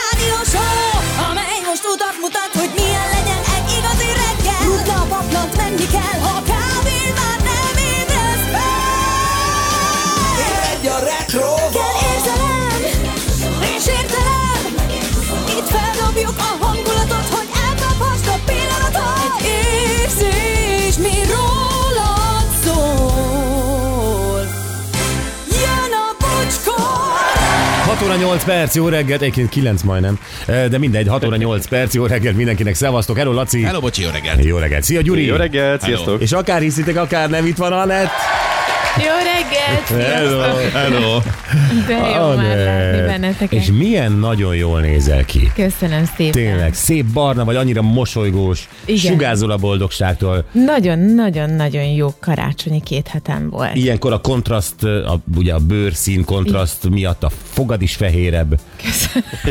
rádió show, amely most utat mutat, hogy milyen legyen egy igazi reggel. Rutna a paplant, menni kell, ha kávé már nem ébresz fel. Egy a retro Kell érzelem, és értelem, itt feldobjuk a hangulatot, hogy elkaphast a pillanatot. Egy érzés, mi rólad szól. Jön a bocskor! 6 óra 8 perc, jó reggelt, egyébként 9 majdnem, Eh, de mindegy, 6 óra 8 perc, jó reggelt mindenkinek, szevasztok, hello Laci, Hello, bocsi, jó reggelt. jó reggelt, szia Gyuri, Jó reggelt, sziasztok! és akár hiszitek, akár nem, itt van Anett. Jó reggelt! Hello. Hello. De jó Anett. már látni benneteket. És milyen nagyon jól nézel ki. Köszönöm szépen. Tényleg, szép barna vagy, annyira mosolygós, Igen. sugárzol a boldogságtól. Nagyon-nagyon-nagyon jó karácsonyi két hetem volt. Ilyenkor a kontraszt, a, ugye a bőrszín kontraszt miatt a fogad is fehérebb.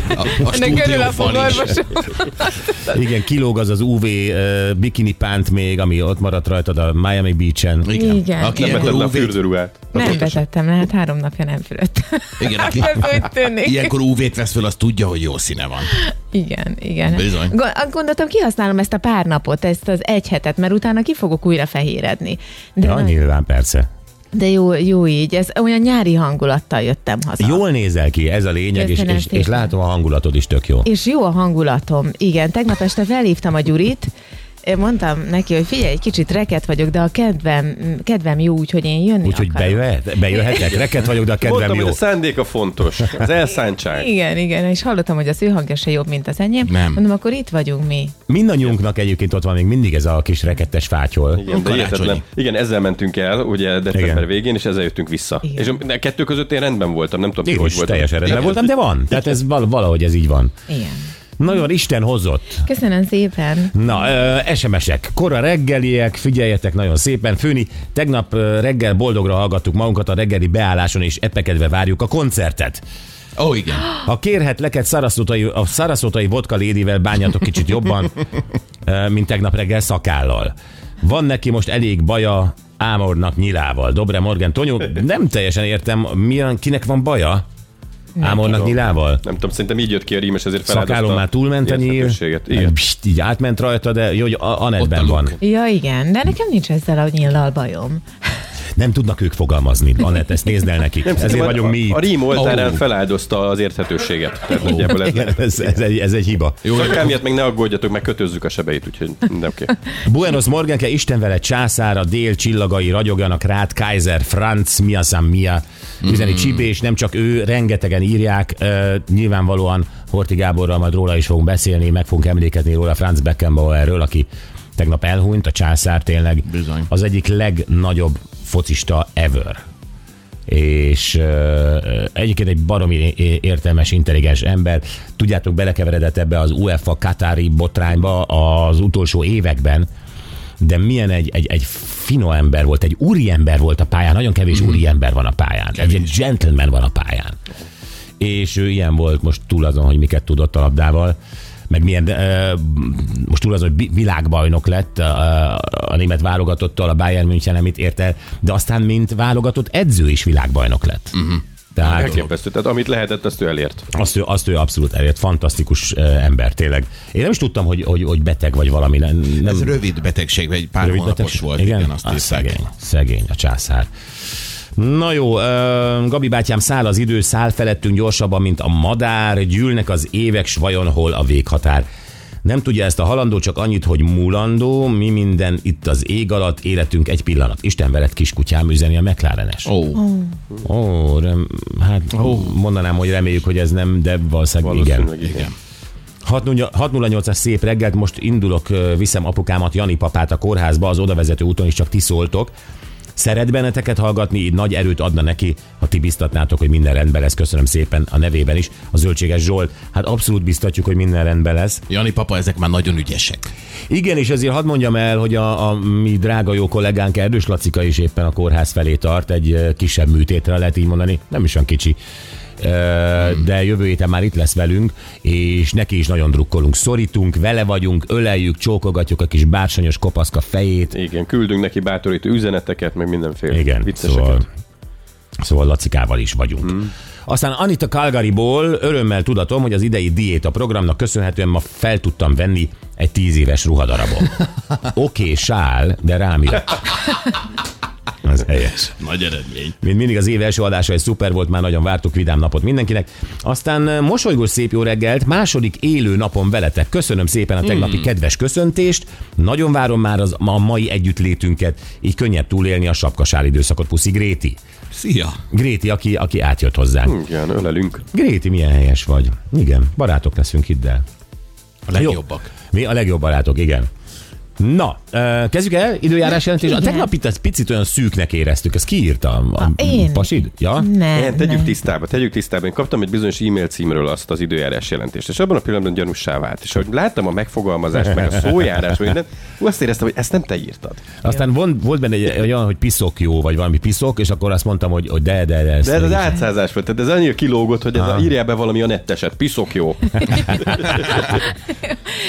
A, a Ennek örül a stúdióban is. fogorvosom. Igen, kilóg az az UV uh, bikini pánt még, ami ott maradt rajtad a Miami Beach-en. Igen. Aki Nem Nem vetted ilyenkor le a UV-t, fürdőruhát. Nem pontosan. vetettem le, hát három napja nem fülött. Igen, aki- Ez úgy tűnik. ilyenkor UV-t vesz föl, az tudja, hogy jó színe van. Igen, igen. Bizony. Go- azt gondoltam, kihasználom ezt a pár napot, ezt az egy hetet, mert utána ki fogok újra fehéredni. De, Ja, na- nyilván, persze. de jó, jó így, ez olyan nyári hangulattal jöttem haza. Jól nézel ki, ez a lényeg, és, Köszönöm és, és szépen. látom a hangulatod is tök jó. És jó a hangulatom. Igen, tegnap este felhívtam a Gyurit, Én mondtam neki, hogy figyelj, egy kicsit reket vagyok, de a kedvem, kedvem jó, úgyhogy én jönni Úgyhogy akarok. bejöhet, bejöhetek, reket vagyok, de a kedvem Mondtam, jó. hogy a szándéka fontos. Az elszántság. Igen, igen, és hallottam, hogy az ő hangja se jobb, mint az enyém. Nem. Mondom, akkor itt vagyunk mi. Mindannyiunknak egyébként ott van még mindig ez a kis rekettes fátyol. Igen, de Karácsonyi. hihetetlen. Igen, ezzel mentünk el, ugye december Igen. végén, és ezzel jöttünk vissza. Igen. És a kettő között én rendben voltam, nem tudom, ti Én hogy is voltatok. teljes eredben Igen. voltam, de van. Tehát ez val- valahogy ez így van. Igen. Nagyon Isten hozott. Köszönöm szépen. Na, ö, SMS-ek, kora reggeliek, figyeljetek nagyon szépen. Főni, tegnap ö, reggel boldogra hallgattuk magunkat a reggeli beálláson, és epekedve várjuk a koncertet. Ó, oh, igen. Ha kérhet leket szaraszótai, a szaraszótai vodka lédivel bánjatok kicsit jobban, ö, mint tegnap reggel szakállal. Van neki most elég baja Ámornak nyilával. Dobre Morgan Tonyó, nem teljesen értem, milyen, kinek van baja Ámornak nyilával? Nem tudom, szerintem így jött ki a rím, és ezért feláldozta Szakálon már túlmenteni, érthetőséget. Igen. Pst, így átment rajta, de jó, hogy a- Anetben Ott a van. luk. Ja, igen, de nekem nincs ezzel a nyillal bajom. Nem tudnak ők fogalmazni. Anett, ezt nézd el nekik. Ezért Szerintem vagyunk mi a, a itt. rím oltárán Ó. feláldozta az érthetőséget. Tehát nagyjából ez Igen, ez, ez, egy, ez egy hiba. jó, Szakám miatt meg ne aggódjatok, meg kötözzük a sebeit, úgyhogy mindenképp. Hát Buenos Morgenke, Isten vele császára, dél csillagai ragyogjanak rád, Kaiser, Franz, Mia San Mia. Üzeni mm. Csipés, nem csak ő, rengetegen írják. Uh, nyilvánvalóan Horti Gáborral majd róla is fogunk beszélni, meg fogunk emlékezni róla Franz Beckenbauerről, aki tegnap elhunyt, a császár tényleg Bizony. az egyik legnagyobb focista ever. és ö, egyébként egy baromi é- értelmes, intelligens ember. Tudjátok, belekeveredett ebbe az UEFA Katári botrányba az utolsó években, de milyen egy, egy, egy fino ember volt, egy úriember volt a pályán, nagyon kevés úriember van a pályán, egy, egy gentleman van a pályán. És ő ilyen volt most túl azon, hogy miket tudott a labdával, meg milyen, ö, most túl az, hogy bi- világbajnok lett a, a német válogatottal, a Bayern München, amit ért el, de aztán mint válogatott edző is világbajnok lett. Uh-huh. Tehát Elképesztő. Tehát amit lehetett, azt ő elért. azt ő, azt ő abszolút elért, fantasztikus ö, ember tényleg. Én nem is tudtam, hogy, hogy, hogy beteg vagy valami. Nem, nem, Ez rövid betegség, vagy egy pár Hmm. rövid hónapos betegség? Hát volt. Igen, azt Ah, írták. Szegény, szegény a császár. Na jó, ö, Gabi bátyám, száll az idő, száll felettünk gyorsabban, mint a madár, gyűlnek az évek, s vajon hol a véghatár. Nem tudja ezt a halandó, csak annyit, hogy múlandó, mi minden itt az ég alatt, életünk egy pillanat. Isten veled, kiskutyám, üzeni a McLarenes. Ó, oh, Ó, oh, rem, hát oh. mondanám, hogy reméljük, hogy ez nem, de valószínűleg, valószínűleg. igen. Valószínűleg igen. 608-as szép reggelt, most indulok, ö, viszem apukámat, Jani papát a kórházba, az odavezető úton is csak ti szóltok. Szeret benneteket hallgatni, így nagy erőt adna neki, ha ti biztatnátok, hogy minden rendben lesz. Köszönöm szépen a nevében is. A zöldséges Zsolt, hát abszolút biztatjuk, hogy minden rendben lesz. Jani papa, ezek már nagyon ügyesek. Igen, és ezért hadd mondjam el, hogy a, a mi drága jó kollégánk Erdős Lacika is éppen a kórház felé tart, egy ö, kisebb műtétre lehet így mondani, nem is olyan kicsi. Ö, De jövő héten már itt lesz velünk, és neki is nagyon drukkolunk. Szorítunk, vele vagyunk, öleljük, csókogatjuk a kis bársonyos kopaszka fejét. Igen, küldünk neki bátorító üzeneteket, meg mindenféle Igen, vicceseket. szóval Szóval Lacikával is vagyunk. Mm. Aztán Anita Calgaryból örömmel tudatom, hogy az idei diéta programnak köszönhetően ma fel tudtam venni egy tíz éves ruhadarabot. Oké, okay, sál, de rám jött. Ez helyes. Nagy eredmény. Mint mindig az év első adása egy szuper volt, már nagyon vártuk, vidám napot mindenkinek. Aztán mosolygós szép jó reggelt, második élő napon veletek. Köszönöm szépen a tegnapi hmm. kedves köszöntést. Nagyon várom már az, a mai együttlétünket, így könnyebb túlélni a sapkasál időszakot. Puszi Gréti. Szia! Gréti, aki, aki átjött hozzánk. Hmm. Igen, Hm, ölelünk. Gréti, milyen helyes vagy. Igen, barátok leszünk, hidd el. A legjobbak. Mi a legjobb barátok, igen. Na, ö, kezdjük el, időjárás jelentés. A Igen. tegnapit ezt picit olyan szűknek éreztük, ezt kiírta a, a én? pasid? Ja? Nem, Én, tegyük nem. tisztába, tegyük tisztába. Én kaptam egy bizonyos e-mail címről azt az időjárás jelentést, és abban a pillanatban gyanúsá vált. És ahogy láttam a megfogalmazást, meg a szójárás, meg mindent, ú, azt éreztem, hogy ezt nem te írtad. Aztán von, volt benne egy olyan, hogy piszok jó, vagy valami piszok, és akkor azt mondtam, hogy, hogy de, de, de. Ezt De ez az átszázás volt, tehát ez annyira kilógott, hogy ez a, írjál be valami a netteset, piszok jó.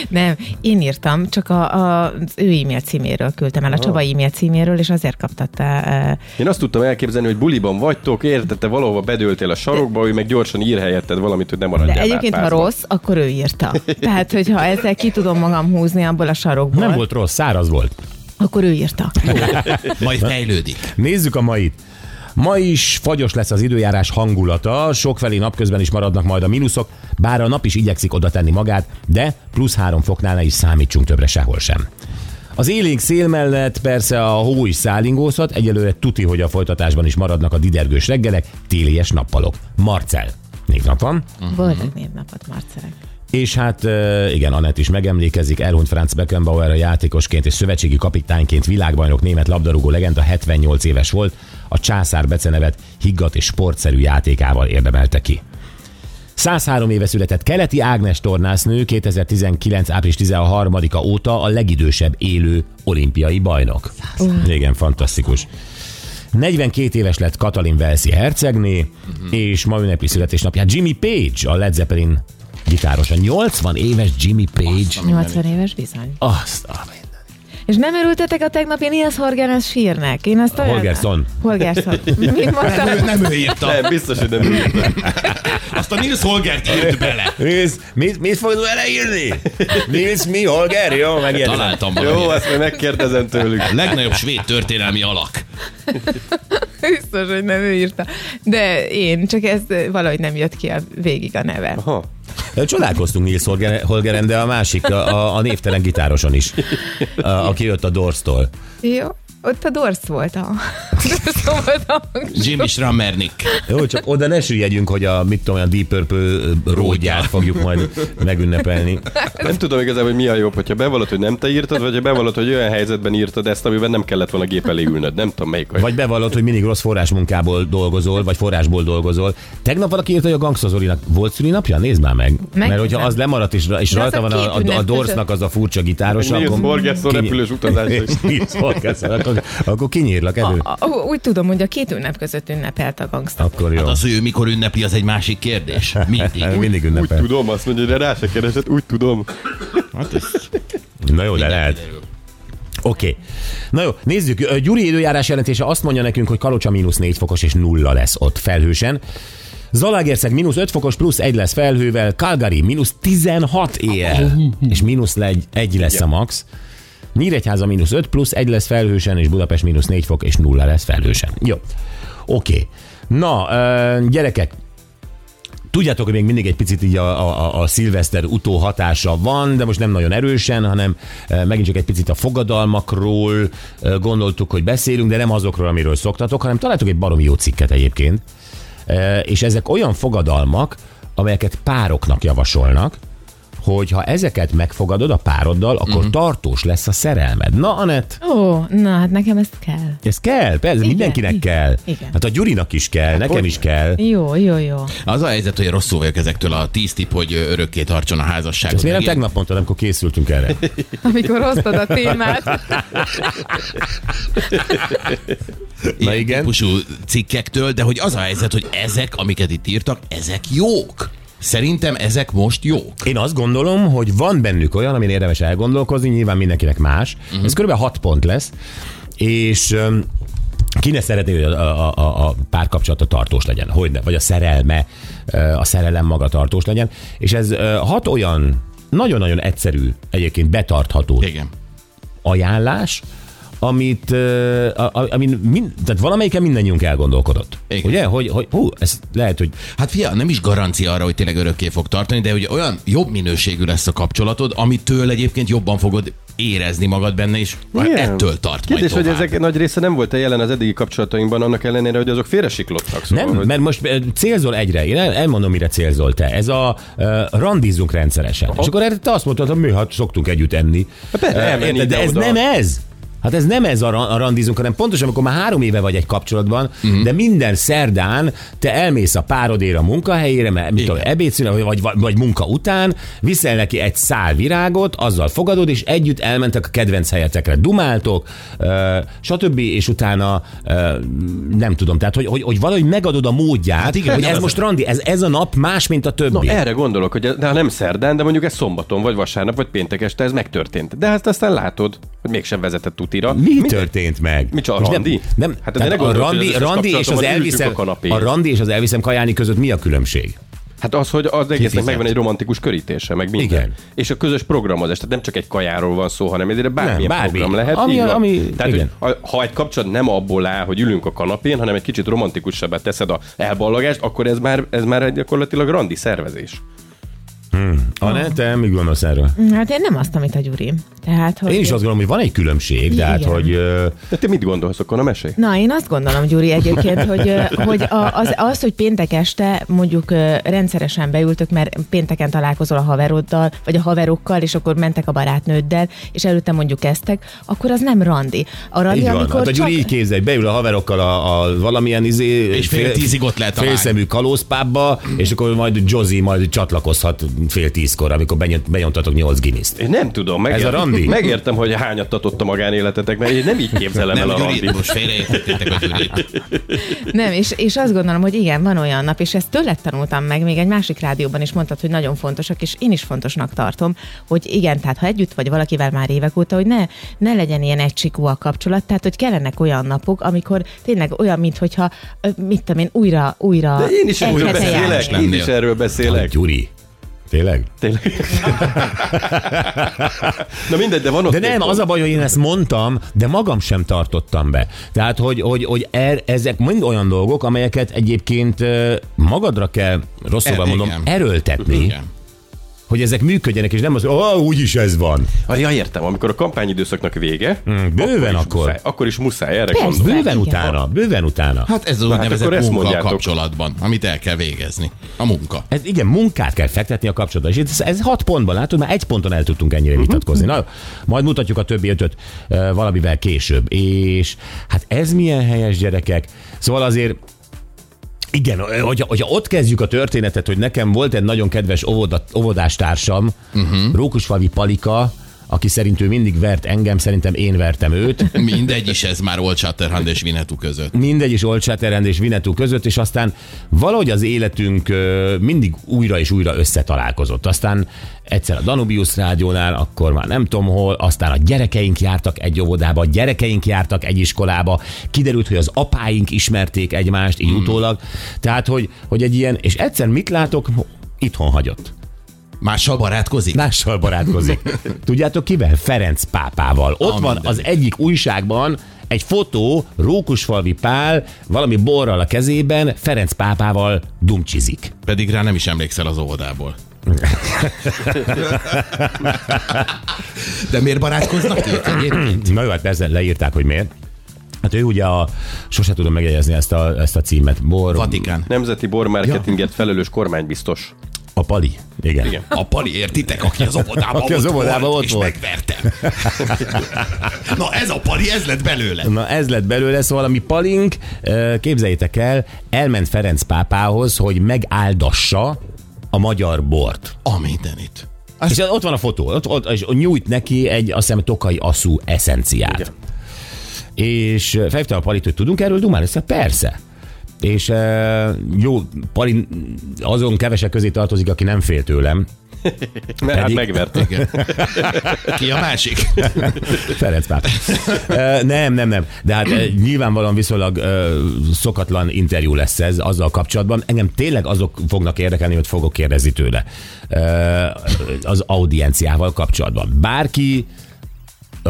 Nem, én írtam, csak a, a, az ő e-mail címéről küldtem el, a Csaba e-mail címéről, és azért kaptatta. e, Én azt tudtam elképzelni, hogy buliban vagytok, értette, valahova bedőltél a sarokba, ő meg gyorsan ír helyetted valamit, hogy nem maradjál De egyébként, ha bárpázban. rossz, akkor ő írta. Tehát, hogyha ezzel ki tudom magam húzni abból a sarokból, Nem volt rossz, száraz volt. akkor ő írta. Majd fejlődik. Nézzük a mait. Ma is fagyos lesz az időjárás hangulata, sokfelé napközben is maradnak majd a mínuszok, bár a nap is igyekszik oda tenni magát, de plusz három foknál ne is számítsunk többre sehol sem. Az élénk szél mellett persze a hó is szálingózhat, egyelőre tuti, hogy a folytatásban is maradnak a didergős reggelek, télies nappalok. Marcel, névnap van. Boldog Mhm. névnapot, Marcelek. És hát ö, igen, Anett is megemlékezik, elhunyt Franz Beckenbauer a játékosként és szövetségi kapitányként világbajnok német labdarúgó legenda 78 éves volt, a császár becenevet higgadt és sportszerű játékával érdemelte ki. 103 éve született Keleti Ágnes tornásznő 2019. április 13-a óta a legidősebb élő olimpiai bajnok. Igen, fantasztikus. 42 éves lett Katalin Velszi hercegné, és ma ünnepli születésnapját Jimmy Page, a Led Zeppelin gitárosa. 80 éves Jimmy Page. 80 éves bizony. Azt a mindenit. És nem örültetek a tegnapi Nils Horgenes sírnek? Én azt olyan... Holgersson. Holgersson. Mit mondtam? Ő nem ő írta. Nem, biztos, hogy nem írtad. Azt a Nils Holgert írt bele. Nézd, mit, mit fogod beleírni? Nils, mi, Holger? Jó, megértem. Találtam Jó, valamit. ezt majd megkérdezem tőlük. A legnagyobb svéd történelmi alak. Biztos, hogy nem ő írta. De én, csak ez valahogy nem jött ki a végig a neve. Ha. Csodálkoztunk Nils Holger- Holgeren, de a másik, a, a- a névtelen gitároson is, a, aki jött a Dorstól. Jó, ott a dorsz volt a... Dorsz volt a Jimmy Schrammernick. Jó, csak oda ne süllyedjünk, hogy a mit tudom, a Deep Purple rógyát fogjuk majd megünnepelni. Nem tudom igazából, hogy mi a jobb, hogyha bevallod, hogy nem te írtad, vagy ha bevallod, hogy olyan helyzetben írtad ezt, amiben nem kellett volna gép elé ülnöd. Nem tudom melyik. Vagy... Vagy bevallod, hogy mindig rossz forrásmunkából dolgozol, vagy forrásból dolgozol. Tegnap valaki írta, hogy a Gangsta Zolinak volt szülinapja? Nézd már meg. Megnézem. Mert hogyha az lemaradt, és, ra- és De az rajta a van két a, a, a ünnep Dorsnak az a furcsa gitáros, Nils akkor... Holgersson kinyi- repülős utazása is. Nils Holgersson, akkor, akkor kinyírlak elő. A, a, úgy tudom, hogy a két ünnep között ünnepelt a gangsta. Akkor jó. Hát az, hogy ő mikor ünnepli, az egy másik kérdés. Mindig. Mindig Úgy ünnepel. tudom, azt mondja, de rá se keresett, úgy tudom. Hát ez Na jó, de lehet. Oké. Okay. Na jó, nézzük. Ö, Gyuri időjárás jelentése azt mondja nekünk, hogy Kalocsa mínusz 4 fokos és nulla lesz ott felhősen. Zalaegerszeg mínusz 5 fokos, plusz 1 lesz felhővel, Calgary mínusz 16 él, és mínusz 1 lesz a max. Nyíregyháza mínusz 5, plusz 1 lesz felhősen, és Budapest mínusz 4 fok, és nulla lesz felhősen. Jó. Oké. Okay. Na, ö, gyerekek, Tudjátok, hogy még mindig egy picit így a, a, a- a szilveszter utó hatása van, de most nem nagyon erősen, hanem e, megint csak egy picit a fogadalmakról e, gondoltuk, hogy beszélünk, de nem azokról, amiről szoktatok, hanem találtuk egy baromi jó cikket egyébként. E, És ezek olyan fogadalmak, amelyeket pároknak javasolnak, hogy ha ezeket megfogadod a pároddal, akkor mm. tartós lesz a szerelmed. Na, Anett, Ó, na hát nekem ezt kell. ez kell, persze, Igen. mindenkinek igen, kell. igen. Hát a Gyurinak is kell, hát nekem is kell. Jó, jó, jó. Az a helyzet, hogy rosszul vagyok ezektől a tíz tip, hogy ö, örökké tartson a házasságot. Ezt miért nem Meg tegnap mondtad, amikor készültünk erre? Amikor hoztad a témát. ilyen Na igen. típusú cikkektől, de hogy az a helyzet, hogy ezek, amiket itt írtak, ezek jók. Szerintem ezek most jók. Én azt gondolom, hogy van bennük olyan, amin érdemes Mhm. elgondolkozni, nyilván mindenkinek más. Uh-huh. Ez kb. 6 pont lesz, és öm, Ki ne szeretné, hogy a, a, a, a párkapcsolata tartós legyen, hogy ne, vagy a szerelme, ö, a szerelem maga tartós legyen. És ez ö, hat olyan nagyon-nagyon egyszerű, egyébként betartható Igen. ajánlás, amit, ö, a- a- amin mind, tehát valamelyiken mindannyiunk elgondolkodott. Igen. Ugye? Hogy, hogy hú, ez lehet, hogy Hát fia, nem is garancia arra, hogy tényleg örökké fog tartani, de ugye olyan jobb minőségű lesz a kapcsolatod, amitől egyébként jobban fogod érezni magad benne, és Igen. Hát ettől tart Kérdés, majd hogy tovább. ezek nagy része nem volt jelen az eddigi kapcsolatainkban, annak ellenére, hogy azok félresiklottak. Szóval, Nem, hogy... mert most eh, célzol egyre. Én el- elmondom, mire célzol te. Ez a uh, randizunk rendszeresen. Aha. És akkor erre te azt mondtad, hogy mi hát szoktunk együtt enni. Hát persze, Ö, elmenni érted? de ez ide-oda. nem ez. Hát ez nem ez a, ra- a randizunk, hanem pontosan, amikor már három éve vagy egy kapcsolatban, Mhm. mm. de minden szerdán te elmész a párodéra a munkahelyére, mert mit tudom, Igen. ebédszünet, vagy, vagy, vagy munka után, viszel neki egy szál virágot, azzal fogadod, és együtt elmentek a kedvenc helyetekre, dumáltok, ö, stb., és utána ö, nem tudom, tehát hogy, hogy, hogy valahogy megadod a módját, hát igen, igen, hogy nem ez az- most randi, ez, ez a nap más, mint a többi. Na, erre gondolok, hogy ez- de ha nem szerdán, de mondjuk ez szombaton, vagy vasárnap, vagy péntek este ez megtörtént. De hát aztán látod, hogy mégsem vezetett tutira. Mi Minden- történt meg? Mi csak a Most randi? Nem, nem, Hát hát azért tehát ne a gondolod, hogy randi, az összes randi és az kapcsolatban ültünk elviszem, a kanapén. a randi és az elviszem kajálni között mi a különbség? Hát az, hogy az egésznek fizet? megvan egy romantikus körítése, meg minden. Igen. És a közös programozás, tehát nem csak egy kajáról van szó, hanem ezért bármilyen Nem, bármi. program lehet. Ami- így van. ami- tehát, igen. Hogy, a- ha egy kapcsolat nem abból áll, hogy ülünk a kanapén, hanem egy kicsit romantikusabbá teszed a elballagást, akkor ez már, ez már egy gyakorlatilag randi szervezés. Anett, te mit gondolsz erről? Hát én nem azt, amit a Gyuri. Tehát, hogy Én is azt gondolom, hogy van egy különbség, de hát, Igen. hogy... ö, De te mit gondolsz akkor a mesé? Na, én azt gondolom, Gyuri, egyébként, hogy, ö, hogy a- az, az, hogy péntek este mondjuk ö, rendszeresen beültök, mert pénteken találkozol a haveroddal, vagy a haverokkal, és akkor mentek a barátnőddel, és előtte mondjuk kezdtek, akkor az nem randi. A randi, Így van. amikor Hát a Gyuri így csak... képzelj, beül a haverokkal a, a valamilyen izé, És fél tízig ott lehet a lány. félszemű kalózpábba, és akkor majd Jozi majd csatlakozhat fél tízkor, amikor benyom- benyomtatok nyolc guinness Én nem tudom, megértem, a randi? megértem hogy hányattatott a magánéletetek, mert én nem így képzelem Nem, el a Gyuri, randit. most félreértettétek a Gyurit. Nem, és, és azt gondolom, hogy igen, van olyan nap, és ezt tőled tanultam meg, még egy másik rádióban is mondtad, hogy nagyon fontosak, és én is fontosnak tartom, hogy igen, tehát ha együtt vagy valakivel már évek óta, hogy ne, ne legyen ilyen egysikú a kapcsolat, tehát hogy kellenek olyan napok, amikor tényleg olyan, mintha, mit tudom én, újra, újra De én is egy erről hete járnánk. beszélek, én is lennél. erről beszélek. Hát, Gyuri. Tényleg? Tényleg. Na mindegy, de van ott De egy nem, pont. az a baj, hogy én ezt mondtam, de magam sem tartottam be. Tehát, hogy, hogy, hogy er, ezek mind olyan dolgok, amelyeket egyébként ö, magadra kell, rosszul Er- mondom, igen. erőltetni, Igen. hogy ezek működjenek, és nem az, hogy oh, úgyis ez van. Ah, ja, értem, amikor a kampányidőszaknak vége, Mm, Bőven is akkor. Muszáj, akkor is muszáj, erre Persze. gondolok. Bőven Igen. utána, bőven utána. Hát ez az akkor úgynevezett ezt munka a mondjátok. kapcsolatban, amit el kell végezni. A munka. Ez igen, munkát kell fektetni a kapcsolatba. És ez, ez hat pontban, látod, már egy ponton el tudtunk ennyire vitatkozni. Na, jó, majd mutatjuk a többi ötöt ö, valamivel később. És hát ez milyen helyes gyerekek. Szóval azért igen, ö, hogyha, hogyha ott kezdjük a történetet, hogy nekem volt egy nagyon kedves óvoda, óvodástársam, uh-huh. Rókusfalvi Palika, aki szerint ő mindig vert engem, szerintem én vertem őt. Mindegy is ez már Old Shatterhand és Vinetú között. mindegy is Old Shatterhand és Vinetú között, és aztán valahogy az életünk ö, mindig újra és újra összetalálkozott. Aztán egyszer a Danubius rádiónál, akkor már nem tudom hol, aztán a gyerekeink jártak egy óvodába, a gyerekeink jártak egy iskolába, kiderült, hogy az apáink ismerték egymást, így utólag. Tehát, hogy, hogy egy ilyen, és egyszer mit látok? Itthon hagyott. Mással barátkozik? Mással barátkozik. Tudjátok kivel? Ferenc pápával. Ott Ah, van mindenki. az egyik újságban egy fotó, Rókusfalvi Pál, valami borral a kezében, Ferenc pápával dumcsizik. Pedig rá nem is emlékszel az óvodából. De miért barátkoznak ők egyébként? Na jó, hát persze leírták, hogy miért. Hát ő ugye a, sose tudom megjegyezni ezt a, ezt a címet, Bor, Vatikán. Nemzeti bormarketinget felelős kormánybiztos. a Pali. Igen. Igen. A pali, értitek? Aki az óvodában, Aki az óvodában ott és volt. megvertem. Na ez a pali, ez lett belőle. Na ez lett belőle, szóval a mi palink, ö, képzeljétek el, elment Ferenc pápához, hogy megáldassa a magyar bort. A mindenit. És ott van a fotó, ott, ott és nyújt neki egy, azt hiszem, tokai aszú eszenciát. Igen. És felhívtam a palit, hogy tudunk erről dumálni? Azt mondta, persze. És e, jó, Pali azon kevesek közé tartozik, aki nem fél tőlem. Mert hát Pedig- megverték. Igen. Ki a másik? Ferenc páp. Ö, Nem, nem, nem. De hát ö, nyilvánvalóan viszonylag ö, szokatlan interjú lesz ez azzal kapcsolatban. Engem tényleg azok fognak érdekelni, hogy fogok kérdezni tőle. Ö, Az audienciával kapcsolatban. Bárki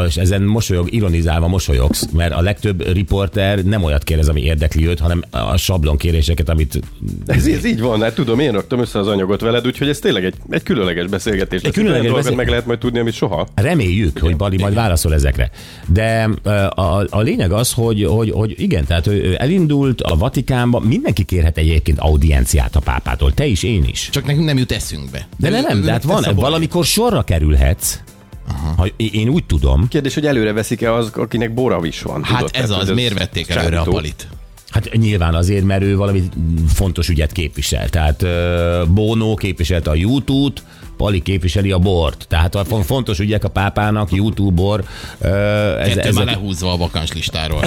és ezen mosolyog, ironizálva mosolyogsz, mert a legtöbb riporter nem olyat kérdez, ami érdekli őt, hanem a sablon kéréseket, amit Ez, ez így van, hát tudom, én raktam össze az anyagot veled, úgyhogy ez tényleg egy, egy különleges beszélgetés. lesz. különleges Olyan beszél- dolgokat meg lehet majd tudni, amit soha. Reméljük, hogy Bali majd válaszol ezekre. De ö, a, a lényeg az, hogy, hogy, hogy igen, tehát ő ő elindult a Vatikánba, mindenki kérhet egyébként audienciát a pápától, te is, én is. Csak nekünk nem jut eszünkbe. De nem, nem, de hát van, valamikor sorra kerülhetsz, ha, én úgy tudom. Kérdés, hogy előre veszik-e az, akinek boravis van. Hát tudod? ez Tehát, az, hogy miért vették sántó. előre a palit? Hát nyilván azért, mert ő valami fontos ügyet képvisel. Tehát ö, Bono képviselte a YouTube-t, Pali képviseli a bort. Tehát a fon- fontos ügyek a pápának, YouTube, bor. ö, ez- Kettő már ezek- lehúzva a vakans listáról.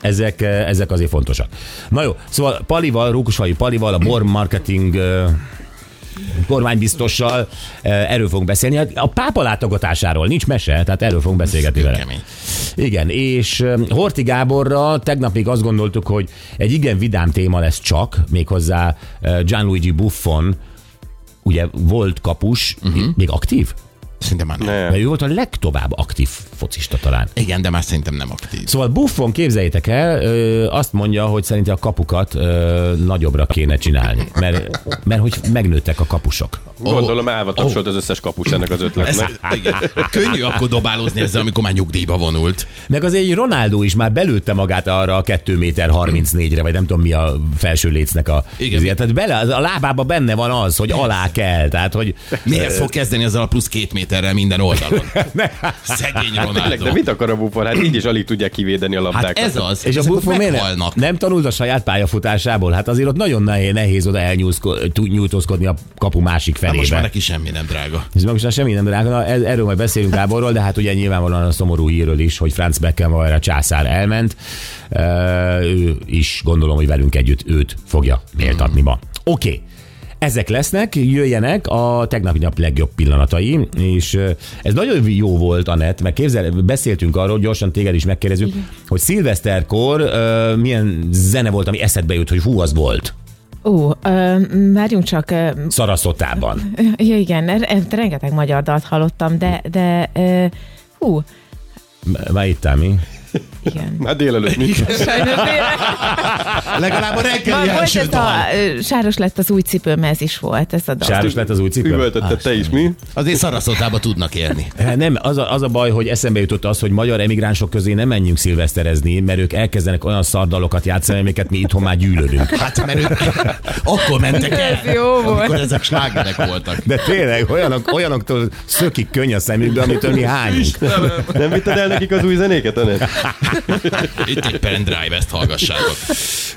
ezek, eh, ezek azért fontosak. Na jó, szóval Palival, Rókusfai Palival, a Bor Marketing ö, kormánybiztossal ö, erről fogunk beszélni. Hát A pápa látogatásáról nincs mese, tehát erről fogunk beszélgetni vele. Kemény. Igen, és ö, Horti Gáborral tegnap még azt gondoltuk, hogy egy igen vidám téma lesz csak, méghozzá ö, Gianluigi Buffon, ugye volt kapus, uh-huh. még aktív? Szerintem már nem. Ne. Mert ő volt a legtovább aktív focista talán. Igen, de már szerintem nem aktív. Szóval Buffon, képzeljétek el, ö, azt mondja, hogy szerinte a kapukat ö, nagyobbra kéne csinálni, mert, mert hogy megnőttek a kapusok. Gondolom elva tapsolt az összes kapus ennek az Ez, ötletnek. igen. Könnyű akkor dobálózni ezzel, amikor már nyugdíjba vonult. Meg azért egy Ronaldo is már belőtte magát arra a 2 méter 34-re, vagy nem tudom mi a felső lécnek a... Igen. Ezért, tehát bele, az- a lábába benne van az, hogy alá kell, tehát hogy... Miért fog kezdeni ezzel a plusz két méterrel minden oldalon? Szegény Tényleg, de Ronaldo. mit akar a bufon? Hát így is alig tudják kivédeni a Hát labdákat. ez az. És a Ezek Buffon miért nem, meghalnak. nem tanult a saját pályafutásából? Hát azért ott nagyon nehéz, nehéz oda elnyújtózkodni a kapu másik Na felébe. Hát most már neki semmi nem drága. Ez meg most semmi nem drága, Na, ez- erről majd beszélünk Gáborról, de hát ugye nyilvánvalóan a szomorú hírről is, hogy Franz Beckenbauer a császár elment. Ö, Ő is gondolom, hogy velünk együtt őt fogja méltatni ma. Oké. Okay. Ezek lesznek, jöjjenek a tegnapi nap legjobb pillanatai, és ö, ez nagyon jó volt, Anett, mert képzel, beszéltünk arról, gyorsan téged is megkérdezünk, hogy szilveszterkor ö, milyen zene volt, ami eszedbe jut, hogy hú, az volt, Ó, ö, várjunk csak, ö, Szaraszotában. ja igen, er- er- rengeteg magyar dalt hallottam, de, de ö, hú, M- Már itt áll, mi? igen. Már Hát délelőtt mit? Sajnos tényleg. Legalább a reggeli Ma volt első ez dal. a, ö, sáros lett az új cipőm, ez is volt, ez a dal. Sáros lett az új cipő? Üvöltötted te is, mi? Azért szaraszotába tudnak élni. Hát Nem, az a, az a baj, hogy eszembe jutott az, hogy magyar emigránsok közé nem menjünk szilveszterezni, mert ők elkezdenek olyan szardalokat játszani, amiket mi itthon már gyűlölünk. Hát mert ők akkor mentek el, Ez jó volt. amikor ezek slágerek voltak. De tényleg, olyanok, olyanoktól szökik könny a szemükbe, amitől mi hányunk. Nem vitted el nekik az új zenéket, Anett? Itt egy pendrive, ezt hallgassátok.